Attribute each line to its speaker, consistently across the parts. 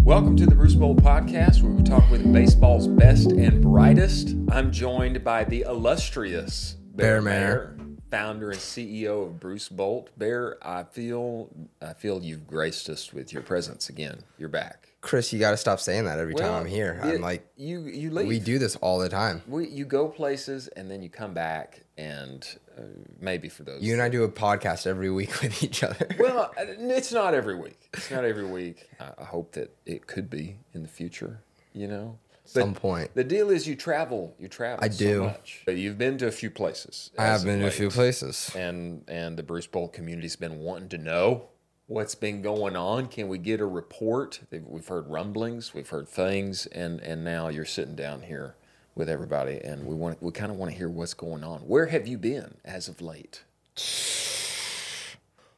Speaker 1: Welcome to the Bruce Bowl podcast, where we talk with baseball's best and brightest. I'm joined by the illustrious
Speaker 2: Bear
Speaker 1: Mayer,
Speaker 2: Mayer.
Speaker 1: founder and CEO of Bruce Bolt. Bear, I feel I feel you've graced us with your presence again. You're back.
Speaker 2: Chris, you got to stop saying that every
Speaker 1: Well,
Speaker 2: time I'm here.
Speaker 1: it-
Speaker 2: I'm like,
Speaker 1: you. You leave.
Speaker 2: we do this all the time.
Speaker 1: We, you go places and then you come back, and uh, maybe for those
Speaker 2: You and I do a podcast every week with each other.
Speaker 1: Well, uh, it's not every week. It's not every week. I I hope that it could be in the future, you know?
Speaker 2: Some point.
Speaker 1: The deal is you travel. You travel.
Speaker 2: I
Speaker 1: so
Speaker 2: do.
Speaker 1: much. But You've been to a few places.
Speaker 2: I
Speaker 1: as
Speaker 2: have
Speaker 1: of
Speaker 2: been to a
Speaker 1: late.
Speaker 2: few places.
Speaker 1: And, and the Bruce Bowl community's been wanting to know what's been going on. Can we get a report? They've- We've heard rumblings, we've heard things, and, and now you're sitting down here with everybody, and we, want, we kind of want to hear what's going on. Where have you been as of late?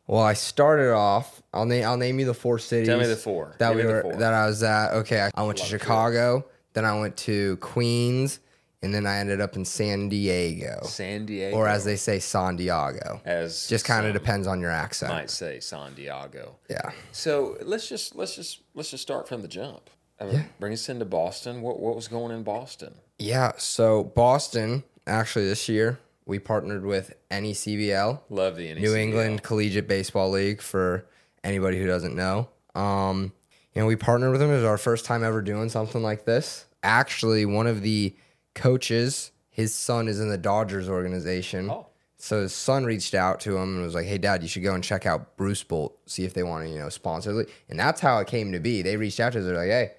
Speaker 2: Well, I started off. I'll name. I'll name you the four cities.
Speaker 1: Tell me the four.
Speaker 2: that
Speaker 1: Give me
Speaker 2: we
Speaker 1: the
Speaker 2: were.
Speaker 1: four.
Speaker 2: That I was at. Okay, I, I went to
Speaker 1: Love trips.
Speaker 2: Chicago. Then I went to Queens, and then I ended up in San Diego,
Speaker 1: San Diego.
Speaker 2: or as they say, San Diego.
Speaker 1: as
Speaker 2: Just kind of
Speaker 1: some
Speaker 2: depends on your accent.
Speaker 1: might say San Diego.
Speaker 2: Yeah.
Speaker 1: So let's just let's just let's just start from the jump. I mean, Bring us into Boston. What what was going in Boston?
Speaker 2: Yeah. So Boston, actually, this year we partnered with E NECBL.
Speaker 1: Love the E NECBL.
Speaker 2: New England Collegiate Baseball League for anybody who doesn't know. Um, you know, we partnered with them. It was our first time ever doing something like this. Actually, one of the coaches, his son is in the Dodgers organization.
Speaker 1: Oh.
Speaker 2: So his son reached out to him and was like, "Hey, Dad, you should go and check out Bruce Bolt. See if they want to, you know, sponsor." the league." And that's how it came to be. They reached out to us. They're like, "Hey,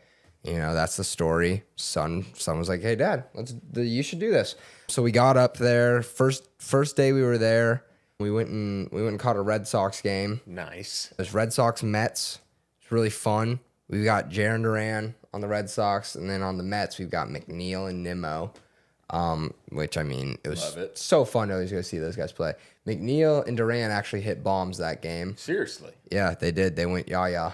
Speaker 2: you know, that's the story." Son, son was like, "Hey, Dad, let's. The, you should do this." So we got up there first. First day we were there, we went and we went and caught a Red Sox game.
Speaker 1: Nice.
Speaker 2: It was Red Sox Mets. It's really fun. We've got Jaron Duran on the Red Sox, and then on the Mets we've got McNeil and Nimmo. Um, which I mean, it was
Speaker 1: Love it.
Speaker 2: so fun to always go see those guys play. McNeil and Duran actually hit bombs that game.
Speaker 1: Seriously,
Speaker 2: Yeah, they did. They went yah yah.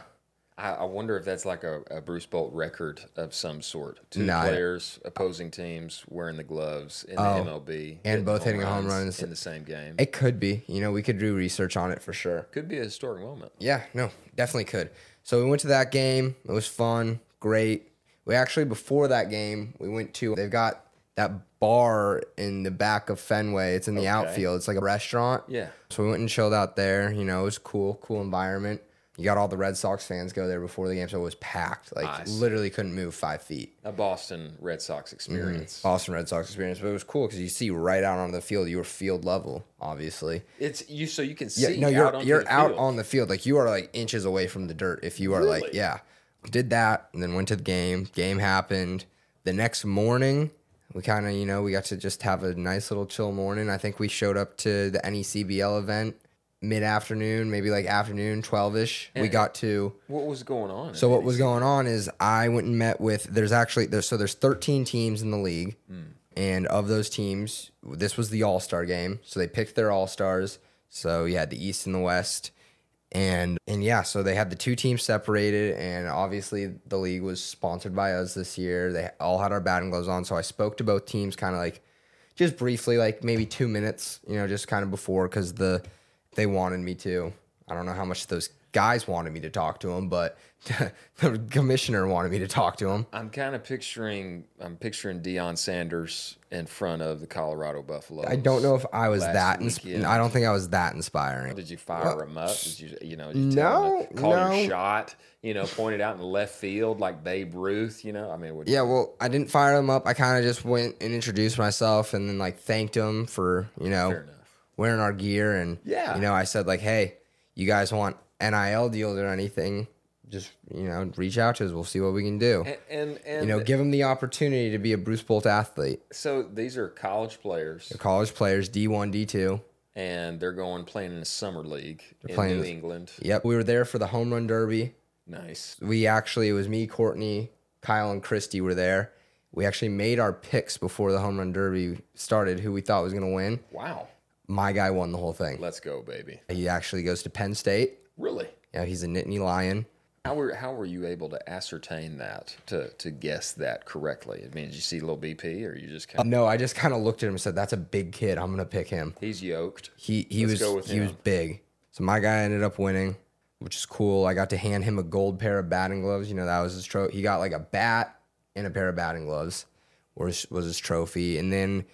Speaker 1: I, I wonder if that's like a, a Bruce Bolt record of some sort. Two
Speaker 2: No, I-
Speaker 1: players, opposing teams, wearing the gloves in the MLB,
Speaker 2: Oh. and both hitting a home
Speaker 1: runs
Speaker 2: run in the s-
Speaker 1: in the same game.
Speaker 2: It could be. You know, we could do research on it for sure.
Speaker 1: Could be a historic moment.
Speaker 2: Yeah, no, definitely could. So we went to that game. It was fun, great. We actually before that game, we went to they've got that bar in the back of Fenway. It's in the outfield. It's like a restaurant.
Speaker 1: Yeah.
Speaker 2: So we went and chilled out there. You know, it was cool, cool environment. You got all the Red Sox fans go there before the game, so it was packed. Like
Speaker 1: Nice.
Speaker 2: literally couldn't move five feet.
Speaker 1: A Boston Red
Speaker 2: Mm.
Speaker 1: Sox experience.
Speaker 2: Boston Red Sox experience, but it was cool because you see right out onto the field. You were field level, obviously.
Speaker 1: It's you, so you can
Speaker 2: Yeah,
Speaker 1: see.
Speaker 2: no, you're
Speaker 1: out onto
Speaker 2: you're
Speaker 1: the
Speaker 2: out
Speaker 1: field.
Speaker 2: on the field. Like you are like inches away from the dirt. If you are like,
Speaker 1: Really?
Speaker 2: yeah, did that and then went to the game. Game happened. The next morning, we kind of you know we got to just have a nice little chill morning. I think we showed up to the E NECBL event mid afternoon, maybe like afternoon twelve ish. We got to.
Speaker 1: What was going on? in
Speaker 2: So what
Speaker 1: the
Speaker 2: was going on is I went and met with there's actually there's so there's 13 teams in the league, and of those teams, this was the All Star game. So they picked their All Stars. So you had the East and the West, and and yeah, so they had the two teams separated, and obviously the league was sponsored by us this year. They all had our batting gloves on, so I spoke to both teams kind of like just briefly, like maybe two minutes, you know, just kind of before because the they wanted me to. I don't know how much those guys wanted me to talk to them, but the commissioner wanted me to talk to them.
Speaker 1: I'm kind of picturing I'm picturing Deion Sanders in front of the Colorado Buffalo.
Speaker 2: I don't know if I was
Speaker 1: Last
Speaker 2: that.
Speaker 1: weekend.
Speaker 2: Insp- I don't think I was that inspiring.
Speaker 1: Did you fire him up? Did you you know? Did you him to
Speaker 2: No,
Speaker 1: call
Speaker 2: no.
Speaker 1: your shot. You know, point it out in left field like Babe Ruth. You know, I mean, would,
Speaker 2: Yeah, well, I didn't fire them up. I kind of just went and introduced myself, and then like thanked them for you know
Speaker 1: fair enough.
Speaker 2: wearing our gear and
Speaker 1: Yeah.
Speaker 2: you know i said like hey you guys want nil deals or anything just you know reach out to us we'll see what we can do
Speaker 1: And and, and
Speaker 2: you know give them the opportunity to be a bruce bolt athlete
Speaker 1: so these are college players,
Speaker 2: They're college players d1 d2
Speaker 1: and they're going playing in the summer league in
Speaker 2: playing
Speaker 1: New
Speaker 2: in-
Speaker 1: England.
Speaker 2: yep we were there for the home run derby
Speaker 1: Nice.
Speaker 2: we actually it was me courtney kyle and christy were there we actually made our picks before the home run derby started who we thought was going to win
Speaker 1: Wow.
Speaker 2: my guy won the whole thing
Speaker 1: Let's go, baby.
Speaker 2: he actually goes to penn state
Speaker 1: Really.
Speaker 2: you know, he's a nittany lion
Speaker 1: How were how were you able to ascertain that to to guess that correctly? I mean, did you see little BP or you just kind of
Speaker 2: No, I just kind of looked at him and said, "That's a big kid. I'm gonna pick him."
Speaker 1: he's yoked.
Speaker 2: He he
Speaker 1: Let's go
Speaker 2: was
Speaker 1: with
Speaker 2: he was
Speaker 1: him.
Speaker 2: big. So my guy ended up winning. which is cool. I got to hand him a gold pair of batting gloves. You know, that was his trophy. He got like a bat and a pair of batting gloves was, was his trophy. And then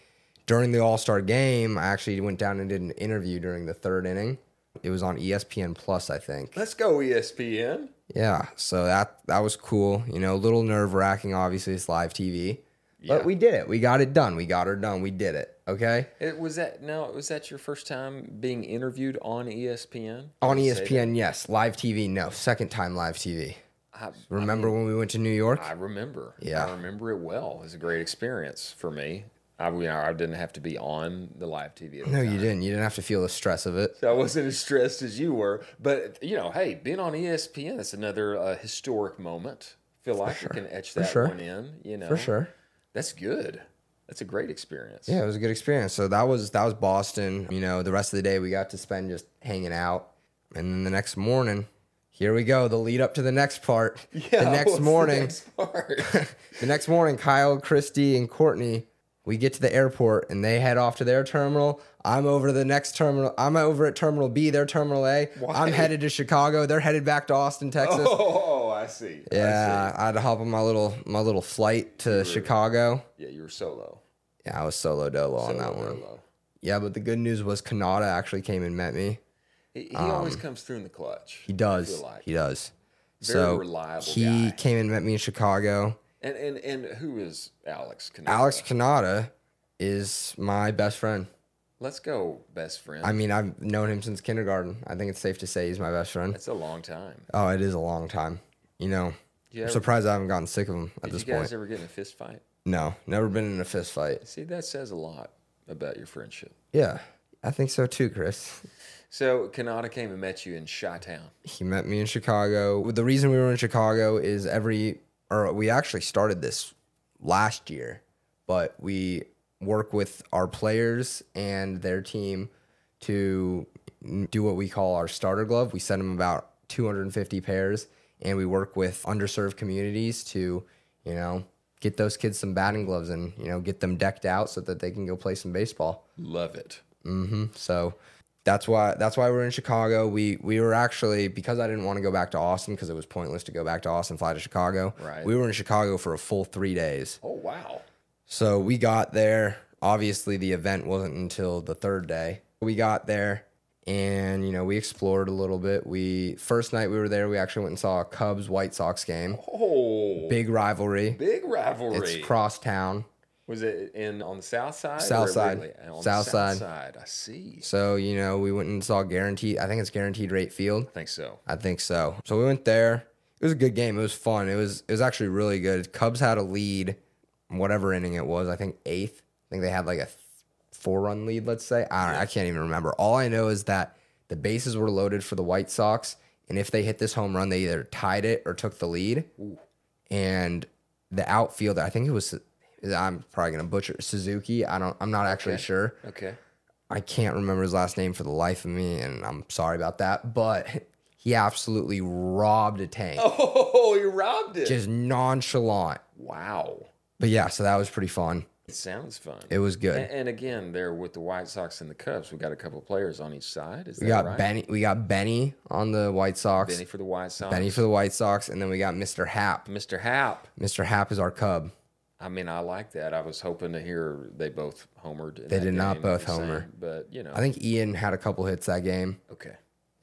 Speaker 2: during the All Star game, I actually went down and did an interview during the third inning. It was on E ESPN Plus, I think.
Speaker 1: Let's go E ESPN.
Speaker 2: Yeah, so that that was cool. You know, a little nerve wracking. Obviously, it's live TV,
Speaker 1: Yeah.
Speaker 2: but we did it. We got it done. We got her done. We did it. Okay,
Speaker 1: It was that now was that your first time being interviewed on E ESPN?
Speaker 2: on
Speaker 1: Did
Speaker 2: E
Speaker 1: it say
Speaker 2: ESPN. Yes, live TV. No, second time live TV.
Speaker 1: that?
Speaker 2: Remember when we went to New York?
Speaker 1: I, I remember.
Speaker 2: Yeah.
Speaker 1: I remember it well. It was a great experience for me. I mean, I didn't have to be on the live TV. At the
Speaker 2: No,
Speaker 1: time.
Speaker 2: you didn't. You didn't have to feel the stress of it.
Speaker 1: So I wasn't as stressed as you were, but you know, hey, being on E ESPN, that's another uh, historic moment. Feel like you can etch that
Speaker 2: sure.
Speaker 1: one in, you know.
Speaker 2: For sure.
Speaker 1: That's good. That's a great experience.
Speaker 2: Yeah, it was a good experience. So that was that was Boston. You know, the rest of the day we got to spend just hanging out, and then the next morning, here we go. The lead up to the next part. the
Speaker 1: what's
Speaker 2: next morning.
Speaker 1: next part?
Speaker 2: the next morning, Kyle, Christy, and Courtney, we get to the airport and they head off to their terminal. I'm over to the next terminal. I'm over at Terminal B, their Terminal A.
Speaker 1: Why?
Speaker 2: am headed to Chicago. They're headed back to Austin, Texas.
Speaker 1: oh, I see. I
Speaker 2: yeah, I had to hop on my little my little flight to Chicago.
Speaker 1: see. Yeah, you were solo.
Speaker 2: Yeah, I was solo dolo on that
Speaker 1: Solo,
Speaker 2: one.
Speaker 1: solo.
Speaker 2: Yeah, but the good news was Kanata actually came and met me.
Speaker 1: He, he always comes through in the clutch.
Speaker 2: Um, He does.
Speaker 1: like.
Speaker 2: He does.
Speaker 1: Very
Speaker 2: so
Speaker 1: reliable
Speaker 2: he
Speaker 1: guy.
Speaker 2: came and met me in Chicago.
Speaker 1: And and and who is Alex? Canova?
Speaker 2: Alex Kanata is my best friend.
Speaker 1: let's go, best friend.
Speaker 2: I mean, I've known him since kindergarten. I think it's safe to say he's my best friend.
Speaker 1: That's a long time.
Speaker 2: Oh, it is a long time. You know,
Speaker 1: Did you,
Speaker 2: I'm
Speaker 1: ever,
Speaker 2: surprised I haven't gotten sick of him at
Speaker 1: did
Speaker 2: this
Speaker 1: you guys
Speaker 2: point.
Speaker 1: ever get in a fist fight?
Speaker 2: No, never been in a fist fight.
Speaker 1: See, that says a lot about your friendship.
Speaker 2: Yeah, I think so too, Chris.
Speaker 1: So Kanata came and met you in Chi Town.
Speaker 2: He met me in Chicago. The reason we were in Chicago is every, or we actually started this last year, but we work with our players and their team to do what we call our starter glove. We send them about 250 pairs and we work with underserved communities to, you know, get those kids some batting gloves and, you know, get them decked out so that they can go play some baseball.
Speaker 1: Love it.
Speaker 2: hmm So that's why that's why we're in Chicago. We we were actually because I didn't want to go back to Austin because it was pointless to go back to Austin, fly to Chicago.
Speaker 1: Right.
Speaker 2: We were in Chicago for a full three days.
Speaker 1: Oh wow.
Speaker 2: So we got there. Obviously, the event wasn't until the third day. We got there and you know we explored a little bit. We first night we were there, we actually went and saw a Cubs White Sox game.
Speaker 1: Oh, big,
Speaker 2: Big rivalry.
Speaker 1: rivalry.
Speaker 2: It's crosstown.
Speaker 1: was it in on the south side? or
Speaker 2: South side.
Speaker 1: Wrigley? On the
Speaker 2: South side.
Speaker 1: side. I see.
Speaker 2: So you know we went and saw guaranteed. I think it's guaranteed rate field.
Speaker 1: I think so.
Speaker 2: I think so. So we went there. It was a good game. It was fun. It was it was actually really good. Cubs had a lead, whatever inning it was. I think eighth. I think they had like a four run lead. Let's say I don't. I can't even remember. All I know is that the bases were loaded for the White Sox, and if they hit this home run, they either tied it or took the lead. And the outfielder, I think it was. I'm probably gonna butcher Suzuki. I don't. I'm not actually sure.
Speaker 1: Okay.
Speaker 2: I can't remember his last name for the life of me, and I'm sorry about that, but he absolutely robbed a tank.
Speaker 1: Oh, you robbed it.
Speaker 2: Just nonchalant.
Speaker 1: wow.
Speaker 2: But yeah, so that was pretty fun.
Speaker 1: It sounds fun.
Speaker 2: It was good.
Speaker 1: and, and again, there with the White Sox and the Cubs, we got a couple players on each side. Is
Speaker 2: we
Speaker 1: that
Speaker 2: got
Speaker 1: right?
Speaker 2: Benny we got Benny on the White Sox,
Speaker 1: Benny
Speaker 2: Benny.
Speaker 1: for the White Sox.
Speaker 2: for the White Sox, and then we got Mr. Hap.
Speaker 1: Mr. Hap.
Speaker 2: Mr. Hap is our cub.
Speaker 1: I mean, I like that. I was hoping to hear they both homered. in
Speaker 2: They
Speaker 1: that
Speaker 2: did not
Speaker 1: game,
Speaker 2: both
Speaker 1: the same,
Speaker 2: homer.
Speaker 1: but you know,
Speaker 2: I think Ian had a couple hits that game.
Speaker 1: okay.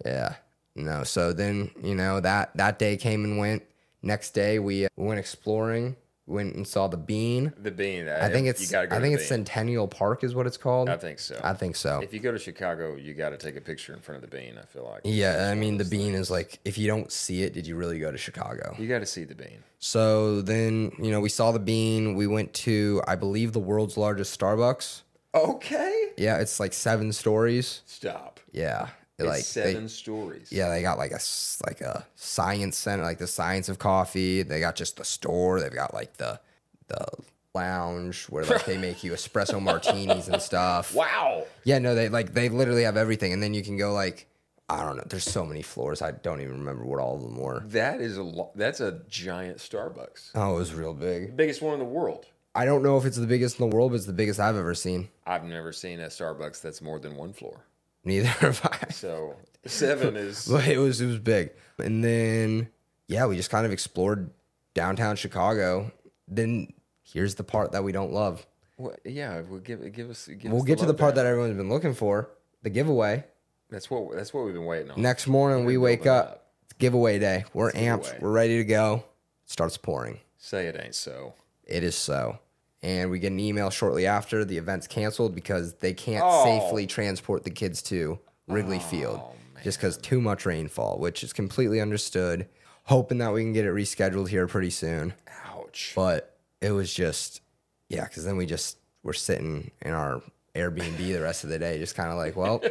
Speaker 2: Yeah. No. So then, you know, that that day came and went. Next day we we went exploring, went and saw the bean.
Speaker 1: The bean.
Speaker 2: I think it's
Speaker 1: gotta go
Speaker 2: I
Speaker 1: to
Speaker 2: think
Speaker 1: the
Speaker 2: it's
Speaker 1: bean.
Speaker 2: Centennial Park is what it's called.
Speaker 1: I think so.
Speaker 2: I think so.
Speaker 1: if you go to Chicago, you got to take a picture in front of the bean. I feel like
Speaker 2: Yeah, I mean the bean is like if you don't see it, did you really go to Chicago?
Speaker 1: you got to see the bean.
Speaker 2: So then, you know, we saw the bean, we went to I believe the world's largest Starbucks.
Speaker 1: Okay.
Speaker 2: Yeah, it's like 7 stories.
Speaker 1: Stop.
Speaker 2: Yeah.
Speaker 1: It's
Speaker 2: like they-
Speaker 1: seven stories.
Speaker 2: yeah, they got like a s- like a science center, like the science of coffee. They got just the store. They've got like the the lounge where like they make you espresso martinis and stuff.
Speaker 1: Wow.
Speaker 2: Yeah, no, they like they literally have everything, and then you can go like I don't know. There's so many floors. I don't even remember what all of them were.
Speaker 1: That is a lo- that's a giant Starbucks.
Speaker 2: Oh, it was real big.
Speaker 1: Biggest one in the world.
Speaker 2: I don't know if it's the biggest in the world, but it's the biggest I've ever seen.
Speaker 1: I've never seen a Starbucks that's more than one floor.
Speaker 2: Neither have I.
Speaker 1: So seven is
Speaker 2: But it was it was big. And then yeah, we just kind of explored downtown Chicago. Then here's the part that we don't love.
Speaker 1: Well, yeah. We'll give give us. Give
Speaker 2: We'll
Speaker 1: us
Speaker 2: get to the
Speaker 1: lowdown.
Speaker 2: part that everyone's been looking for, the giveaway.
Speaker 1: That's what that's what we've been waiting on.
Speaker 2: Next morning we wake
Speaker 1: building
Speaker 2: up. It's giveaway day. We're amped.
Speaker 1: giveaway.
Speaker 2: We're ready to go. It starts pouring.
Speaker 1: Say it ain't so.
Speaker 2: It is so. And we get an email shortly after the event's canceled because they can't
Speaker 1: Oh.
Speaker 2: safely transport the kids to Wrigley Field just because too much rainfall, which is completely understood. Hoping that we can get it rescheduled here pretty soon.
Speaker 1: Ouch.
Speaker 2: But it was just, yeah, because then we just were sitting in our Airbnb the rest of the day, just kind of like, well,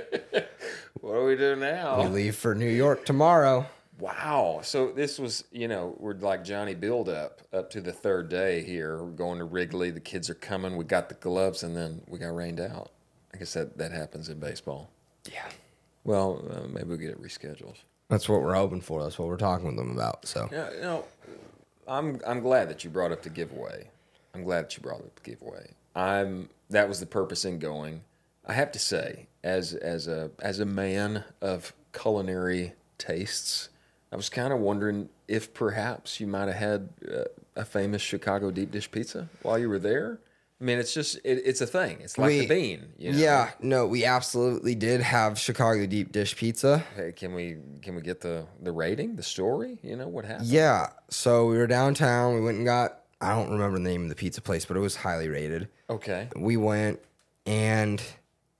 Speaker 1: What do we do
Speaker 2: we
Speaker 1: now?
Speaker 2: leave for New York tomorrow.
Speaker 1: Wow. So this was, you know, we're like Johnny build up up to the third day here. We're going to Wrigley. The kids are coming. We got the gloves, and then we got rained out. I guess that that happens in baseball.
Speaker 2: Yeah.
Speaker 1: Well, uh, maybe we'll get it rescheduled.
Speaker 2: That's what we're hoping for. That's what we're talking with them about. So,
Speaker 1: Yeah, you know, I'm I'm glad that you brought up the giveaway. I'm glad that you brought up the giveaway. I'm that was the purpose in going. I have to say, as as a as a man of culinary tastes, I was kind of wondering if perhaps you might have had uh, a famous Chicago deep dish pizza while you were there. I mean, it's just it, it's a thing. It's like
Speaker 2: We-
Speaker 1: the bean. You know?
Speaker 2: Yeah, no, we absolutely did have Chicago deep dish pizza.
Speaker 1: Hey, can we can we get the the rating, the story? You know what happened?
Speaker 2: Yeah, so we were downtown. We went and got I don't remember the name of the pizza place, but it was highly rated.
Speaker 1: Okay.
Speaker 2: We went and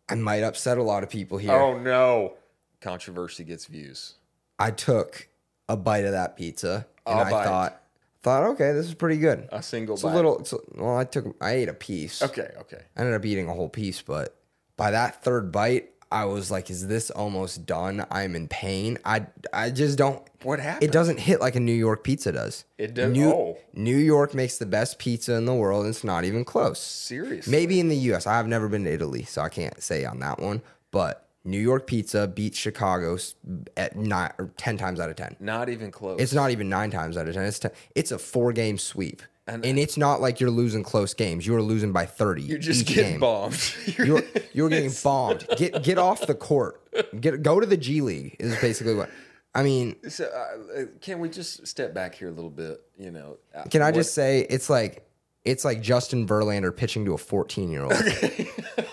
Speaker 2: I might upset a lot of people here.
Speaker 1: Oh no. Controversy gets views.
Speaker 2: I took a bite of that pizza and
Speaker 1: A
Speaker 2: I
Speaker 1: bite.
Speaker 2: thought thought okay, this is pretty good.
Speaker 1: A single
Speaker 2: It's
Speaker 1: bite.
Speaker 2: a little it's a, well, I took I ate a piece.
Speaker 1: Okay, okay.
Speaker 2: I ended up eating a whole piece, but by that third bite, I was like, "Is this almost done? I'm in pain. I I just don't.
Speaker 1: What happened?
Speaker 2: It doesn't hit like a New York pizza does.
Speaker 1: It does-
Speaker 2: New,
Speaker 1: oh.
Speaker 2: New York makes the best pizza in the world, and it's not even close.
Speaker 1: Seriously.
Speaker 2: Maybe in the U.S. I've never been to Italy, so I can't say on that one. But New York pizza beats Chicago's at nine or ten times out of ten.
Speaker 1: Not even close.
Speaker 2: It's not even nine times out of ten. It's ten, it's a four game sweep,
Speaker 1: And-
Speaker 2: and, it's not like you're losing close games. You are losing by thirty.
Speaker 1: You're just
Speaker 2: each
Speaker 1: getting
Speaker 2: E game.
Speaker 1: bombed. You're-
Speaker 2: You're you're getting bombed. Get get off the court. Get go to the G League is basically what. I mean,
Speaker 1: so, uh, uh, can we just step back here a little bit? You know, uh,
Speaker 2: can I
Speaker 1: what-
Speaker 2: just say it's like it's like Justin Verlander pitching to a 14 year old.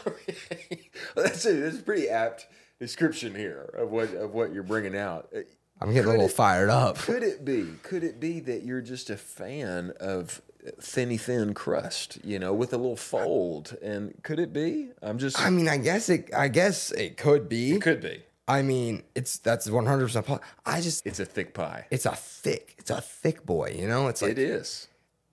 Speaker 1: Okay. that's a, that's a pretty apt description here of what of what you're bringing out. Uh,
Speaker 2: I'm getting a little fired up.
Speaker 1: Could it be? Could it be that you're just a fan of thinny thin crust? You know, with a little fold. And could it be? I'm just.
Speaker 2: I mean, I guess it. I guess it could be.
Speaker 1: could be.
Speaker 2: I mean, it's that's 100. percent I just
Speaker 1: It's a thick pie.
Speaker 2: it's a thick. It's a thick boy. You know, it's like
Speaker 1: it is.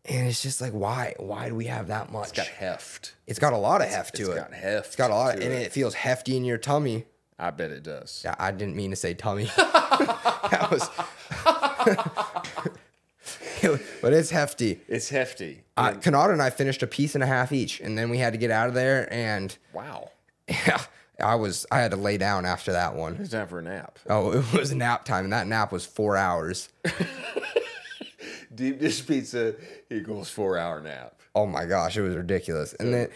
Speaker 2: and it's just like why why do we have that much?
Speaker 1: It's got heft.
Speaker 2: It's got a lot of heft to
Speaker 1: it's
Speaker 2: it.
Speaker 1: got heft
Speaker 2: It's got a lot,
Speaker 1: to
Speaker 2: and
Speaker 1: it.
Speaker 2: it feels hefty in your tummy.
Speaker 1: I bet it does.
Speaker 2: Yeah, I didn't mean to say tummy. that was. but it's hefty.
Speaker 1: It's hefty.
Speaker 2: Uh, Kanata and I finished a piece and a half each, and then we had to get out of there. And
Speaker 1: wow.
Speaker 2: yeah, I was I had to lay down after that one.
Speaker 1: It's time for a nap.
Speaker 2: Oh, it was nap time, and that nap was four hours.
Speaker 1: Deep dish pizza equals four hour nap.
Speaker 2: Oh my gosh, it was ridiculous. And then,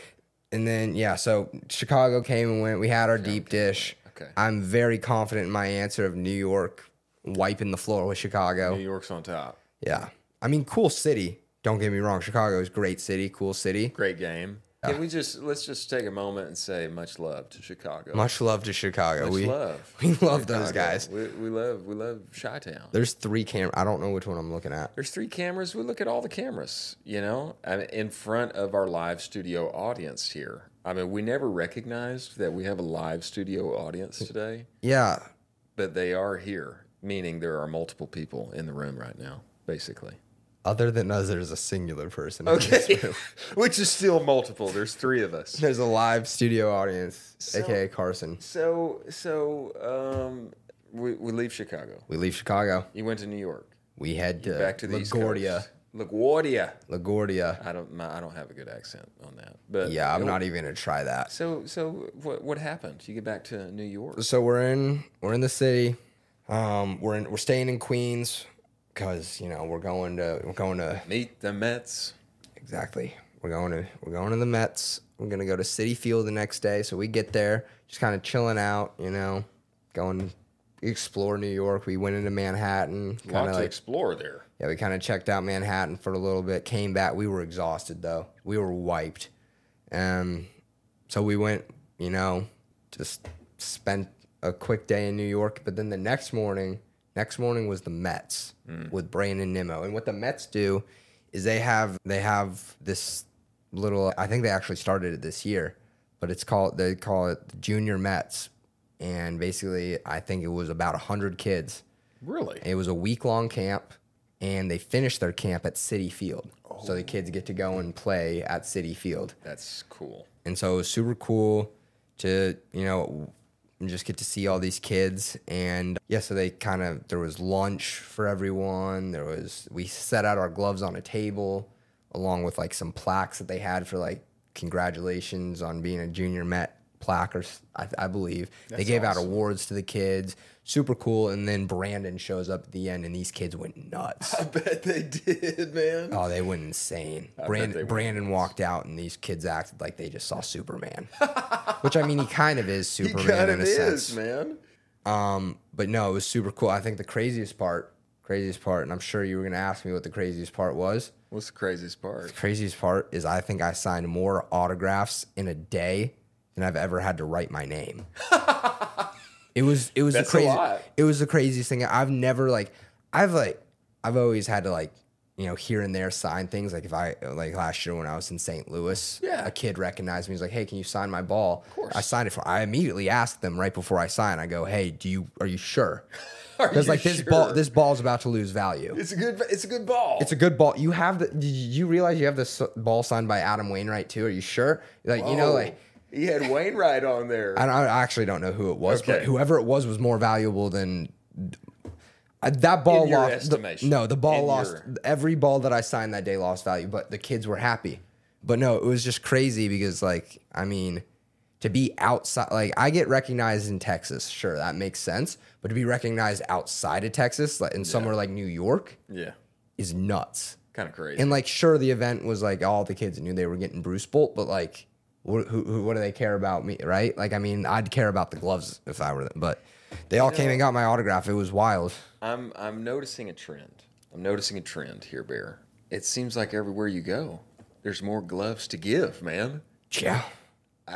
Speaker 2: and then yeah. So Chicago came and went. We had our deep dish.
Speaker 1: Okay.
Speaker 2: I'm very confident in my answer of New York wiping the floor with Chicago.
Speaker 1: New York's on top.
Speaker 2: Yeah. I mean, cool city. Don't get me wrong. Chicago is great city, cool city.
Speaker 1: Great game. Can we just let's just take a moment and say much love to Chicago.
Speaker 2: Much love to Chicago.
Speaker 1: much
Speaker 2: we
Speaker 1: love.
Speaker 2: we love those
Speaker 1: Chicago.
Speaker 2: guys.
Speaker 1: We, we love we love Chi Town.
Speaker 2: There's three camera. I don't know which one I'm looking at.
Speaker 1: There's three cameras. We look at all the cameras, you know, I mean, in front of our live studio audience here. I mean, we never recognized that we have a live studio audience today.
Speaker 2: Yeah.
Speaker 1: but they are here, meaning there are multiple people in the room right now, basically.
Speaker 2: Other than us, there's a singular person. in this room.
Speaker 1: Which is still multiple. There's three of us.
Speaker 2: There's a live studio audience, aka Carson.
Speaker 1: So, so um, we, we leave Chicago.
Speaker 2: We leave Chicago.
Speaker 1: You went to New York.
Speaker 2: We head to,
Speaker 1: Back to the
Speaker 2: LaGuardia.
Speaker 1: East Coast. LaGuardia.
Speaker 2: LaGuardia.
Speaker 1: I don't. My, I don't have a good accent on that. But
Speaker 2: Yeah, I'm not even gonna try that.
Speaker 1: So, so what what happened? You get back to New York.
Speaker 2: So we're in we're in the city. Um, we're in we're staying in Queens because you know we're going to we're going to
Speaker 1: Meet the Mets.
Speaker 2: Exactly. We're going to we're going to the Mets. We're gonna go to City Field the next day. So we get there, just kind of chilling out, you know, going explore New York. We went into Manhattan,
Speaker 1: A lot
Speaker 2: kind of
Speaker 1: to
Speaker 2: like
Speaker 1: explore there.
Speaker 2: yeah, we kind of checked out Manhattan for a little bit. Came back. We were exhausted though. We were wiped. Um, so we went, you know, just spent a quick day in New York. But then the next morning, next morning was the Mets with Brandon Nimmo. And what the Mets do is they have they have this little. I think they actually started it this year, but it's called they call it the Junior Mets. And basically, I think it was about hundred kids.
Speaker 1: Really?
Speaker 2: It was a week long camp, and they finished their camp at City Field. So the kids get to go and play at City Field.
Speaker 1: That's cool.
Speaker 2: And so it was super cool to, you know, just get to see all these kids. And yeah, so they kind of, there was lunch for everyone. There was, we set out our gloves on a table along with like some plaques that they had for like congratulations on being a junior Met plaque or s- I, I believe. they gave out awards to the kids. Super cool. And then Brandon shows up at the end and these kids went nuts.
Speaker 1: I bet they did, man.
Speaker 2: Oh, they went insane.
Speaker 1: they
Speaker 2: Brandon,
Speaker 1: went
Speaker 2: Brandon walked out, and these kids acted like they just saw Superman, which I mean, he kind of is
Speaker 1: He
Speaker 2: Superman
Speaker 1: kind
Speaker 2: in
Speaker 1: of
Speaker 2: a
Speaker 1: is,
Speaker 2: sense.
Speaker 1: man.
Speaker 2: Um, but no, it was super cool. I think the craziest part, craziest part, and I'm sure you were gonna ask me what the craziest part was.
Speaker 1: What's the craziest part?
Speaker 2: Craziest part is I think I signed more autographs in a day than I've ever had to write my name. it was it was
Speaker 1: That's a
Speaker 2: the crazy,
Speaker 1: lot.
Speaker 2: it was the craziest thing. I've never like I've like I've always had to like you know here and there sign things like if I like last year when I was in St. Louis,
Speaker 1: Yeah.
Speaker 2: a kid recognized me. He's like, "Hey, can you sign my ball?" Of
Speaker 1: course.
Speaker 2: I signed it for. I immediately asked them right before I sign. I go, "Hey, do you are you sure?"
Speaker 1: Are
Speaker 2: Because
Speaker 1: you
Speaker 2: like this
Speaker 1: sure?
Speaker 2: ball this ball's about to lose value.
Speaker 1: It's a good. It's a good ball.
Speaker 2: It's a good ball. You have the. Did you realize you have this ball signed by Adam Wainwright too? Are you sure? Like you know, like
Speaker 1: Oh. he had Wainwright on there.
Speaker 2: I, don't, I actually don't know who it was, but
Speaker 1: Okay.
Speaker 2: whoever it was was more valuable than uh, that ball
Speaker 1: In your
Speaker 2: lost. the-
Speaker 1: estimation.
Speaker 2: no, the ball
Speaker 1: In
Speaker 2: lost.
Speaker 1: your-
Speaker 2: Every ball that I signed that day lost value, but the kids were happy. But no, it was just crazy because like I mean, to be outside like I get recognized in Texas, sure that makes sense, but to be recognized outside of Texas, like in somewhere like New York,
Speaker 1: yeah,
Speaker 2: is nuts.
Speaker 1: kind of crazy.
Speaker 2: And like, sure, the event was like all the kids knew they were getting Bruce Bolt, but like, wh- who, who, what do they care about me, right? Like, I mean, I'd care about the gloves if I were them, but they all came and got my autograph. It was wild.
Speaker 1: I'm I'm noticing a trend. I'm noticing a trend here, Bear. It seems like everywhere you go, there's more gloves to give, man.
Speaker 2: Yeah.
Speaker 1: I-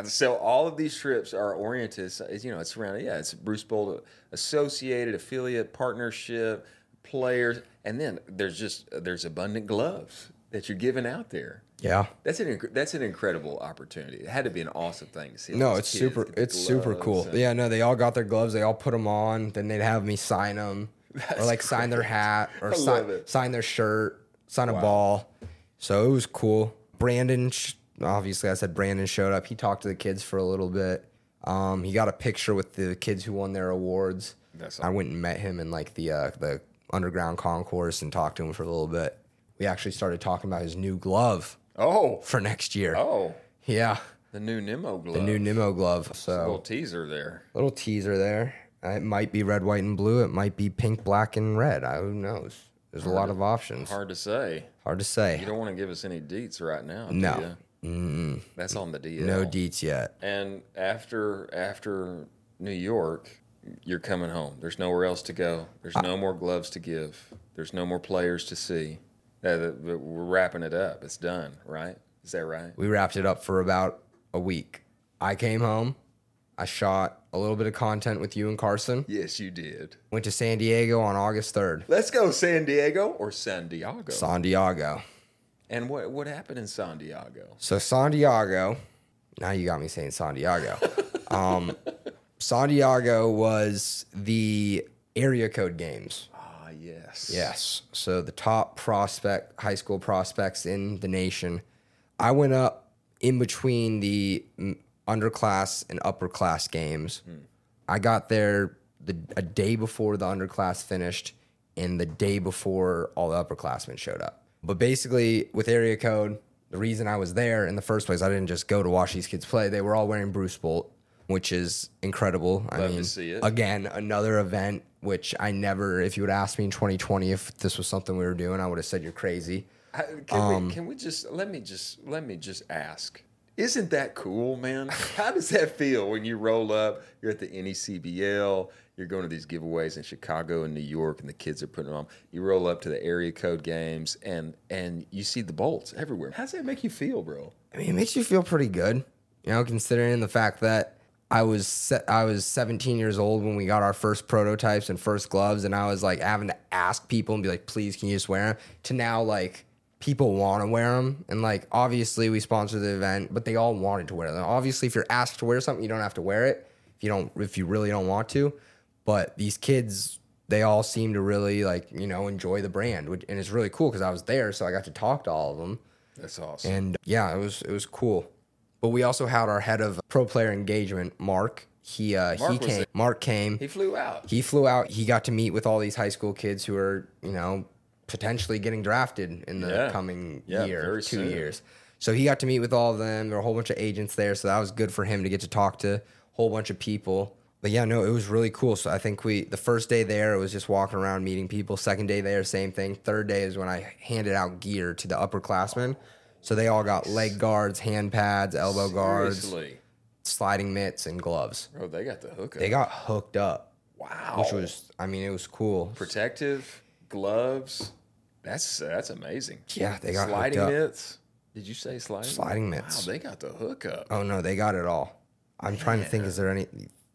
Speaker 1: So all of these trips are oriented, so it's, you know, it's around, yeah, it's Bruce Bold associated, affiliate, partnership, players, and then there's just there's abundant gloves that you're giving out there.
Speaker 2: Yeah.
Speaker 1: That's an inc- that's an incredible opportunity. It had to be an awesome thing to see. all
Speaker 2: No,
Speaker 1: these
Speaker 2: it's
Speaker 1: kids
Speaker 2: super,
Speaker 1: get the
Speaker 2: it's super
Speaker 1: gloves
Speaker 2: cool.
Speaker 1: and-
Speaker 2: Yeah. No, they all got their gloves. They all put them on. Then they'd have me sign them or like sign their hat or
Speaker 1: I love
Speaker 2: sign,
Speaker 1: it.
Speaker 2: sign their shirt, sign a ball. So it was cool. Brandon, sh- obviously, I said Brandon showed up. He talked to the kids for a little bit. Um, he got a picture with the kids who won their awards.
Speaker 1: That's
Speaker 2: I went and met him in like the uh, the underground concourse and talked to him for a little bit. We actually started talking about his new glove
Speaker 1: Oh,
Speaker 2: for next year.
Speaker 1: oh,
Speaker 2: Yeah,
Speaker 1: the new Nemo glove.
Speaker 2: new Nimmo glove. So
Speaker 1: little teaser there.
Speaker 2: little teaser there. Uh, It might be red, white, and blue. It might be pink, black, and red. I, who knows? There's a lot of options.
Speaker 1: Hard to say.
Speaker 2: Hard to say.
Speaker 1: You don't want to give us any deets right now.
Speaker 2: No.
Speaker 1: Do you? That's on the DL.
Speaker 2: No deets yet.
Speaker 1: And after after New York, you're coming home. There's nowhere else to go. There's no more gloves to give. There's no more players to see. That- that- that We're wrapping it up. It's done, right? Is that right?
Speaker 2: We wrapped it up for about a week. I came home. I shot a little bit of content with you and Carson.
Speaker 1: Yes, you did.
Speaker 2: Went to San Diego on August 3rd.
Speaker 1: Let's go San Diego or San Diego.
Speaker 2: San Diego.
Speaker 1: And what what happened in San Diego?
Speaker 2: So San Diego, now you got me saying San Diego. um, San Diego was the area code games.
Speaker 1: Ah, yes.
Speaker 2: Yes. So the top prospect, high school prospects in the nation. I went up in between the mm, underclass and upperclass games. I got there the, a day before the underclass finished and the day before all the upperclassmen showed up. But basically, with area code, the reason I was there in the first place, I didn't just go to watch these kids play. They were all wearing Bruce Bolt, which is incredible. I
Speaker 1: Love to
Speaker 2: mean,
Speaker 1: see it.
Speaker 2: a Um, again another event which i never if you would ask me in 2020 if this was something we were doing i would have said you're crazy
Speaker 1: I, can,
Speaker 2: Um,
Speaker 1: we, can we just let me just let me just ask? Isn't that cool, man? How does that feel when you roll up? You're at the E NECBL. You're going to these giveaways in Chicago and New York, and the kids are putting them on. You roll up to the area code games, and and you see the bolts everywhere. How does that make you feel, bro?
Speaker 2: I mean, it makes you feel pretty good, you know, considering the fact that I was se- I was 17 years old when we got our first prototypes and first gloves, and I was like having to ask people and be like, "Please, can you just wear them?" To now, like people want to wear them, and like obviously we sponsored the event, but they all wanted to wear them. Obviously, if you're asked to wear something, you don't have to wear it if you don't if you really don't want to. But these kids, they all seem to really like you know enjoy the brand, which, and it's really cool because I was there, so I got to talk to all of them
Speaker 1: That's awesome.
Speaker 2: and yeah, it was it was cool. But we also had our head of pro player engagement, Mark. He uh, he
Speaker 1: Mark was
Speaker 2: came.
Speaker 1: there.
Speaker 2: Mark came.
Speaker 1: he flew out.
Speaker 2: He flew out. He got to meet with all these high school kids who are you know potentially getting drafted in the
Speaker 1: Yeah.
Speaker 2: coming
Speaker 1: Yeah,
Speaker 2: year,
Speaker 1: very
Speaker 2: two
Speaker 1: soon.
Speaker 2: years. So he got to meet with all of them. There were a whole bunch of agents there, so that was good for him to get to talk to a whole bunch of people. But yeah, no, it was really cool. So I think we the first day there it was just walking around meeting people. Second day there, same thing. Third day is when I handed out gear to the upperclassmen. So they all got leg guards, hand pads, elbow guards,
Speaker 1: Seriously,
Speaker 2: sliding mitts, and gloves.
Speaker 1: bro, they got the hookup.
Speaker 2: They got hooked up,
Speaker 1: wow,
Speaker 2: which was I mean it was cool.
Speaker 1: protective gloves. That's that's amazing.
Speaker 2: Yeah, they got
Speaker 1: sliding
Speaker 2: hooked up.
Speaker 1: mitts. Did you say sliding?
Speaker 2: Sliding mitts.
Speaker 1: Wow, they got the hookup.
Speaker 2: Oh no, they got it all. I'm trying to think. Is there any?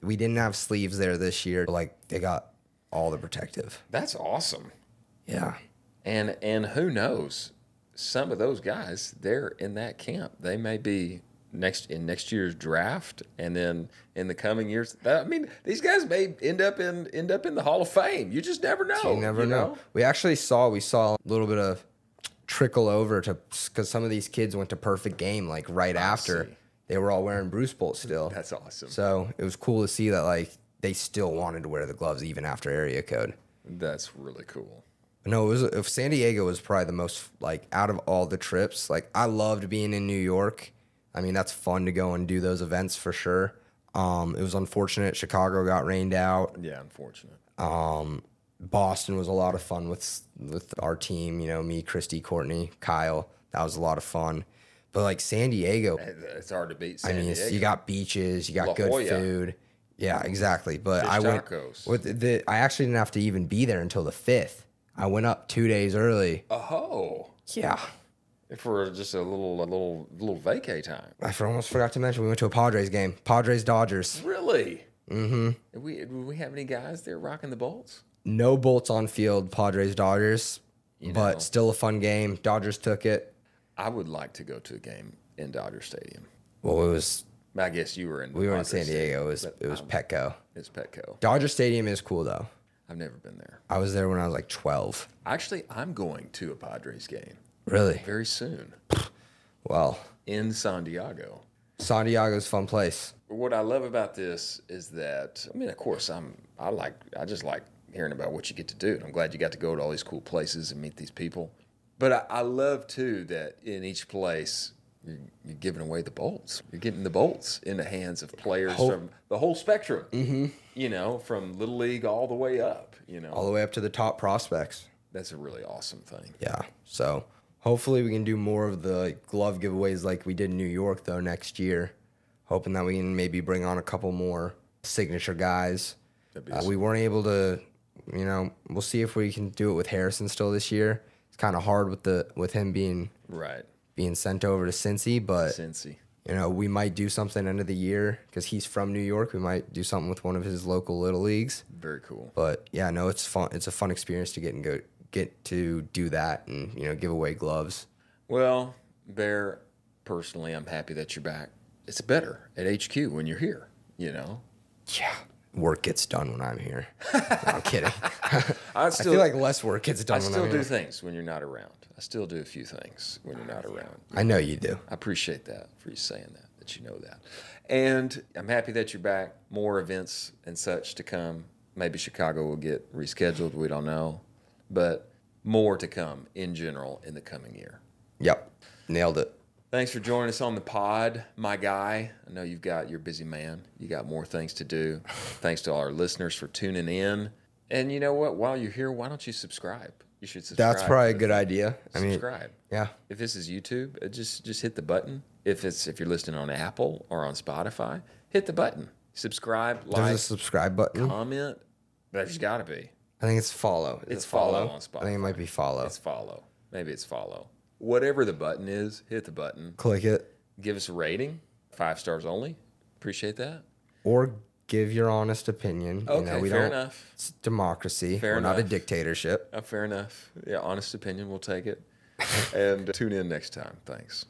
Speaker 2: We didn't have sleeves there this year. But like they got all the protective.
Speaker 1: That's awesome.
Speaker 2: Yeah.
Speaker 1: And and who knows? Some of those guys, they're in that camp. They may be next in next year's draft, and then in the coming years. I mean, these guys may end up in end up in the Hall of Fame. Oh, You just never know.
Speaker 2: You never know. We actually saw. We saw a little bit of trickle over to because some of these kids went to perfect game like right after.
Speaker 1: see.
Speaker 2: They were all wearing Bruce Bolt still.
Speaker 1: That's awesome.
Speaker 2: so it was cool to see that like they still wanted to wear the gloves even after area code.
Speaker 1: That's really cool.
Speaker 2: No, it was if San Diego was probably the most like out of all the trips. Like I loved being in New York. I mean, that's fun to go and do those events for sure. Um, it was unfortunate Chicago got rained out.
Speaker 1: Yeah, unfortunate.
Speaker 2: Boston was a lot of fun with with our team. You know, me, Christy, Courtney, Kyle. That was a lot of fun. But like San Diego,
Speaker 1: It's hard to beat.
Speaker 2: I
Speaker 1: San
Speaker 2: mean, it's-
Speaker 1: Diego.
Speaker 2: you got beaches, you got
Speaker 1: La
Speaker 2: good
Speaker 1: Jolla.
Speaker 2: food. Yeah, exactly. But I went
Speaker 1: tacos.
Speaker 2: with the. I actually didn't have to even be there until the fifth. I went up two days early.
Speaker 1: oh,
Speaker 2: Yeah.
Speaker 1: for just a little a little little vacay time.
Speaker 2: I for- almost forgot to mention we went to a Padres game. Padres Dodgers.
Speaker 1: Really? Mm-hmm. Did we did we have any guys there rocking the bolts?
Speaker 2: No bolts on field. Padres Dodgers, but still a fun game. Dodgers took it.
Speaker 1: I would like to go to a game in Dodger Stadium.
Speaker 2: Well, it was
Speaker 1: I guess you were in.
Speaker 2: we were in
Speaker 1: Padres
Speaker 2: San
Speaker 1: Stadium.
Speaker 2: Diego. It was it was Petco.
Speaker 1: It's Petco.
Speaker 2: Dodger Stadium is cool though.
Speaker 1: I've never been there.
Speaker 2: I was there when I was like twelve.
Speaker 1: Actually, I'm going to a Padres game
Speaker 2: Really?
Speaker 1: very soon
Speaker 2: Well,
Speaker 1: in San Diego.
Speaker 2: San Diego's a fun place.
Speaker 1: What I love about this is that I mean, of course, I'm I like I just like hearing about what you get to do, and I'm glad you got to go to all these cool places and meet these people. But I, I love too that in each place you're, you're giving away the bolts. You're getting the bolts in the hands of players from the whole spectrum. Mm-hmm. You know, from little league all the way up. You know,
Speaker 2: All the way up to the top prospects.
Speaker 1: that's a really awesome thing.
Speaker 2: Yeah. So hopefully we can do more of the glove giveaways like we did in New York though next year. Hoping that we can maybe bring on a couple more signature guys.
Speaker 1: That'd be
Speaker 2: Uh, we weren't able to, you know, we'll see if we can do it with Harrison still this year. It's kind of hard with the with him being
Speaker 1: Right,
Speaker 2: being sent over to Cincy, but
Speaker 1: Cincy.
Speaker 2: you know we might do something end of the year because he's from New York. We might do something with one of his local little leagues.
Speaker 1: Very cool.
Speaker 2: But yeah, no, it's fun. It's a fun experience to get and go get to do that and you know give away gloves.
Speaker 1: Well, there, personally, I'm happy that you're back. It's better at HQ when you're here, you know?
Speaker 2: Yeah. Work gets done when I'm here. No, I'm kidding.
Speaker 1: I
Speaker 2: I
Speaker 1: still,
Speaker 2: feel like less work gets
Speaker 1: I
Speaker 2: done when I'm
Speaker 1: still
Speaker 2: here.
Speaker 1: do things when you're not around. I still do a few things when you're not around.
Speaker 2: I know you do.
Speaker 1: I appreciate that for you saying that, that you know that. And I'm happy that you're back. More events and such to come. Maybe Chicago will get rescheduled. We don't know. But more to come in general in the coming year.
Speaker 2: Yep. Nailed it.
Speaker 1: Thanks for joining us on the pod, my guy. I know you've got you're a busy man. You got more things to do. Thanks to all our listeners for tuning in. And you know what? While you're here, why don't you subscribe? You should subscribe.
Speaker 2: That's probably a good idea. I mean,
Speaker 1: subscribe.
Speaker 2: yeah,
Speaker 1: If this is YouTube, uh, just just hit the button. If it's if you're listening on Apple or on Spotify, hit the button. Subscribe,
Speaker 2: there's
Speaker 1: like,
Speaker 2: a subscribe button.
Speaker 1: comment. There's got to be.
Speaker 2: I think it's follow. Is
Speaker 1: It's
Speaker 2: it
Speaker 1: follow on
Speaker 2: I think it might be follow.
Speaker 1: It's follow. Maybe it's follow. Whatever the button is, hit the button.
Speaker 2: Click it
Speaker 1: Give us a rating, five stars only. Appreciate that.
Speaker 2: or give your honest opinion.
Speaker 1: Okay,
Speaker 2: you know, we
Speaker 1: fair
Speaker 2: don't,
Speaker 1: enough.
Speaker 2: It's democracy.
Speaker 1: Fair
Speaker 2: We're not a
Speaker 1: enough.
Speaker 2: dictatorship.
Speaker 1: Uh, fair enough. Yeah, honest opinion, we'll take it. and tune in uh, next time. Thanks.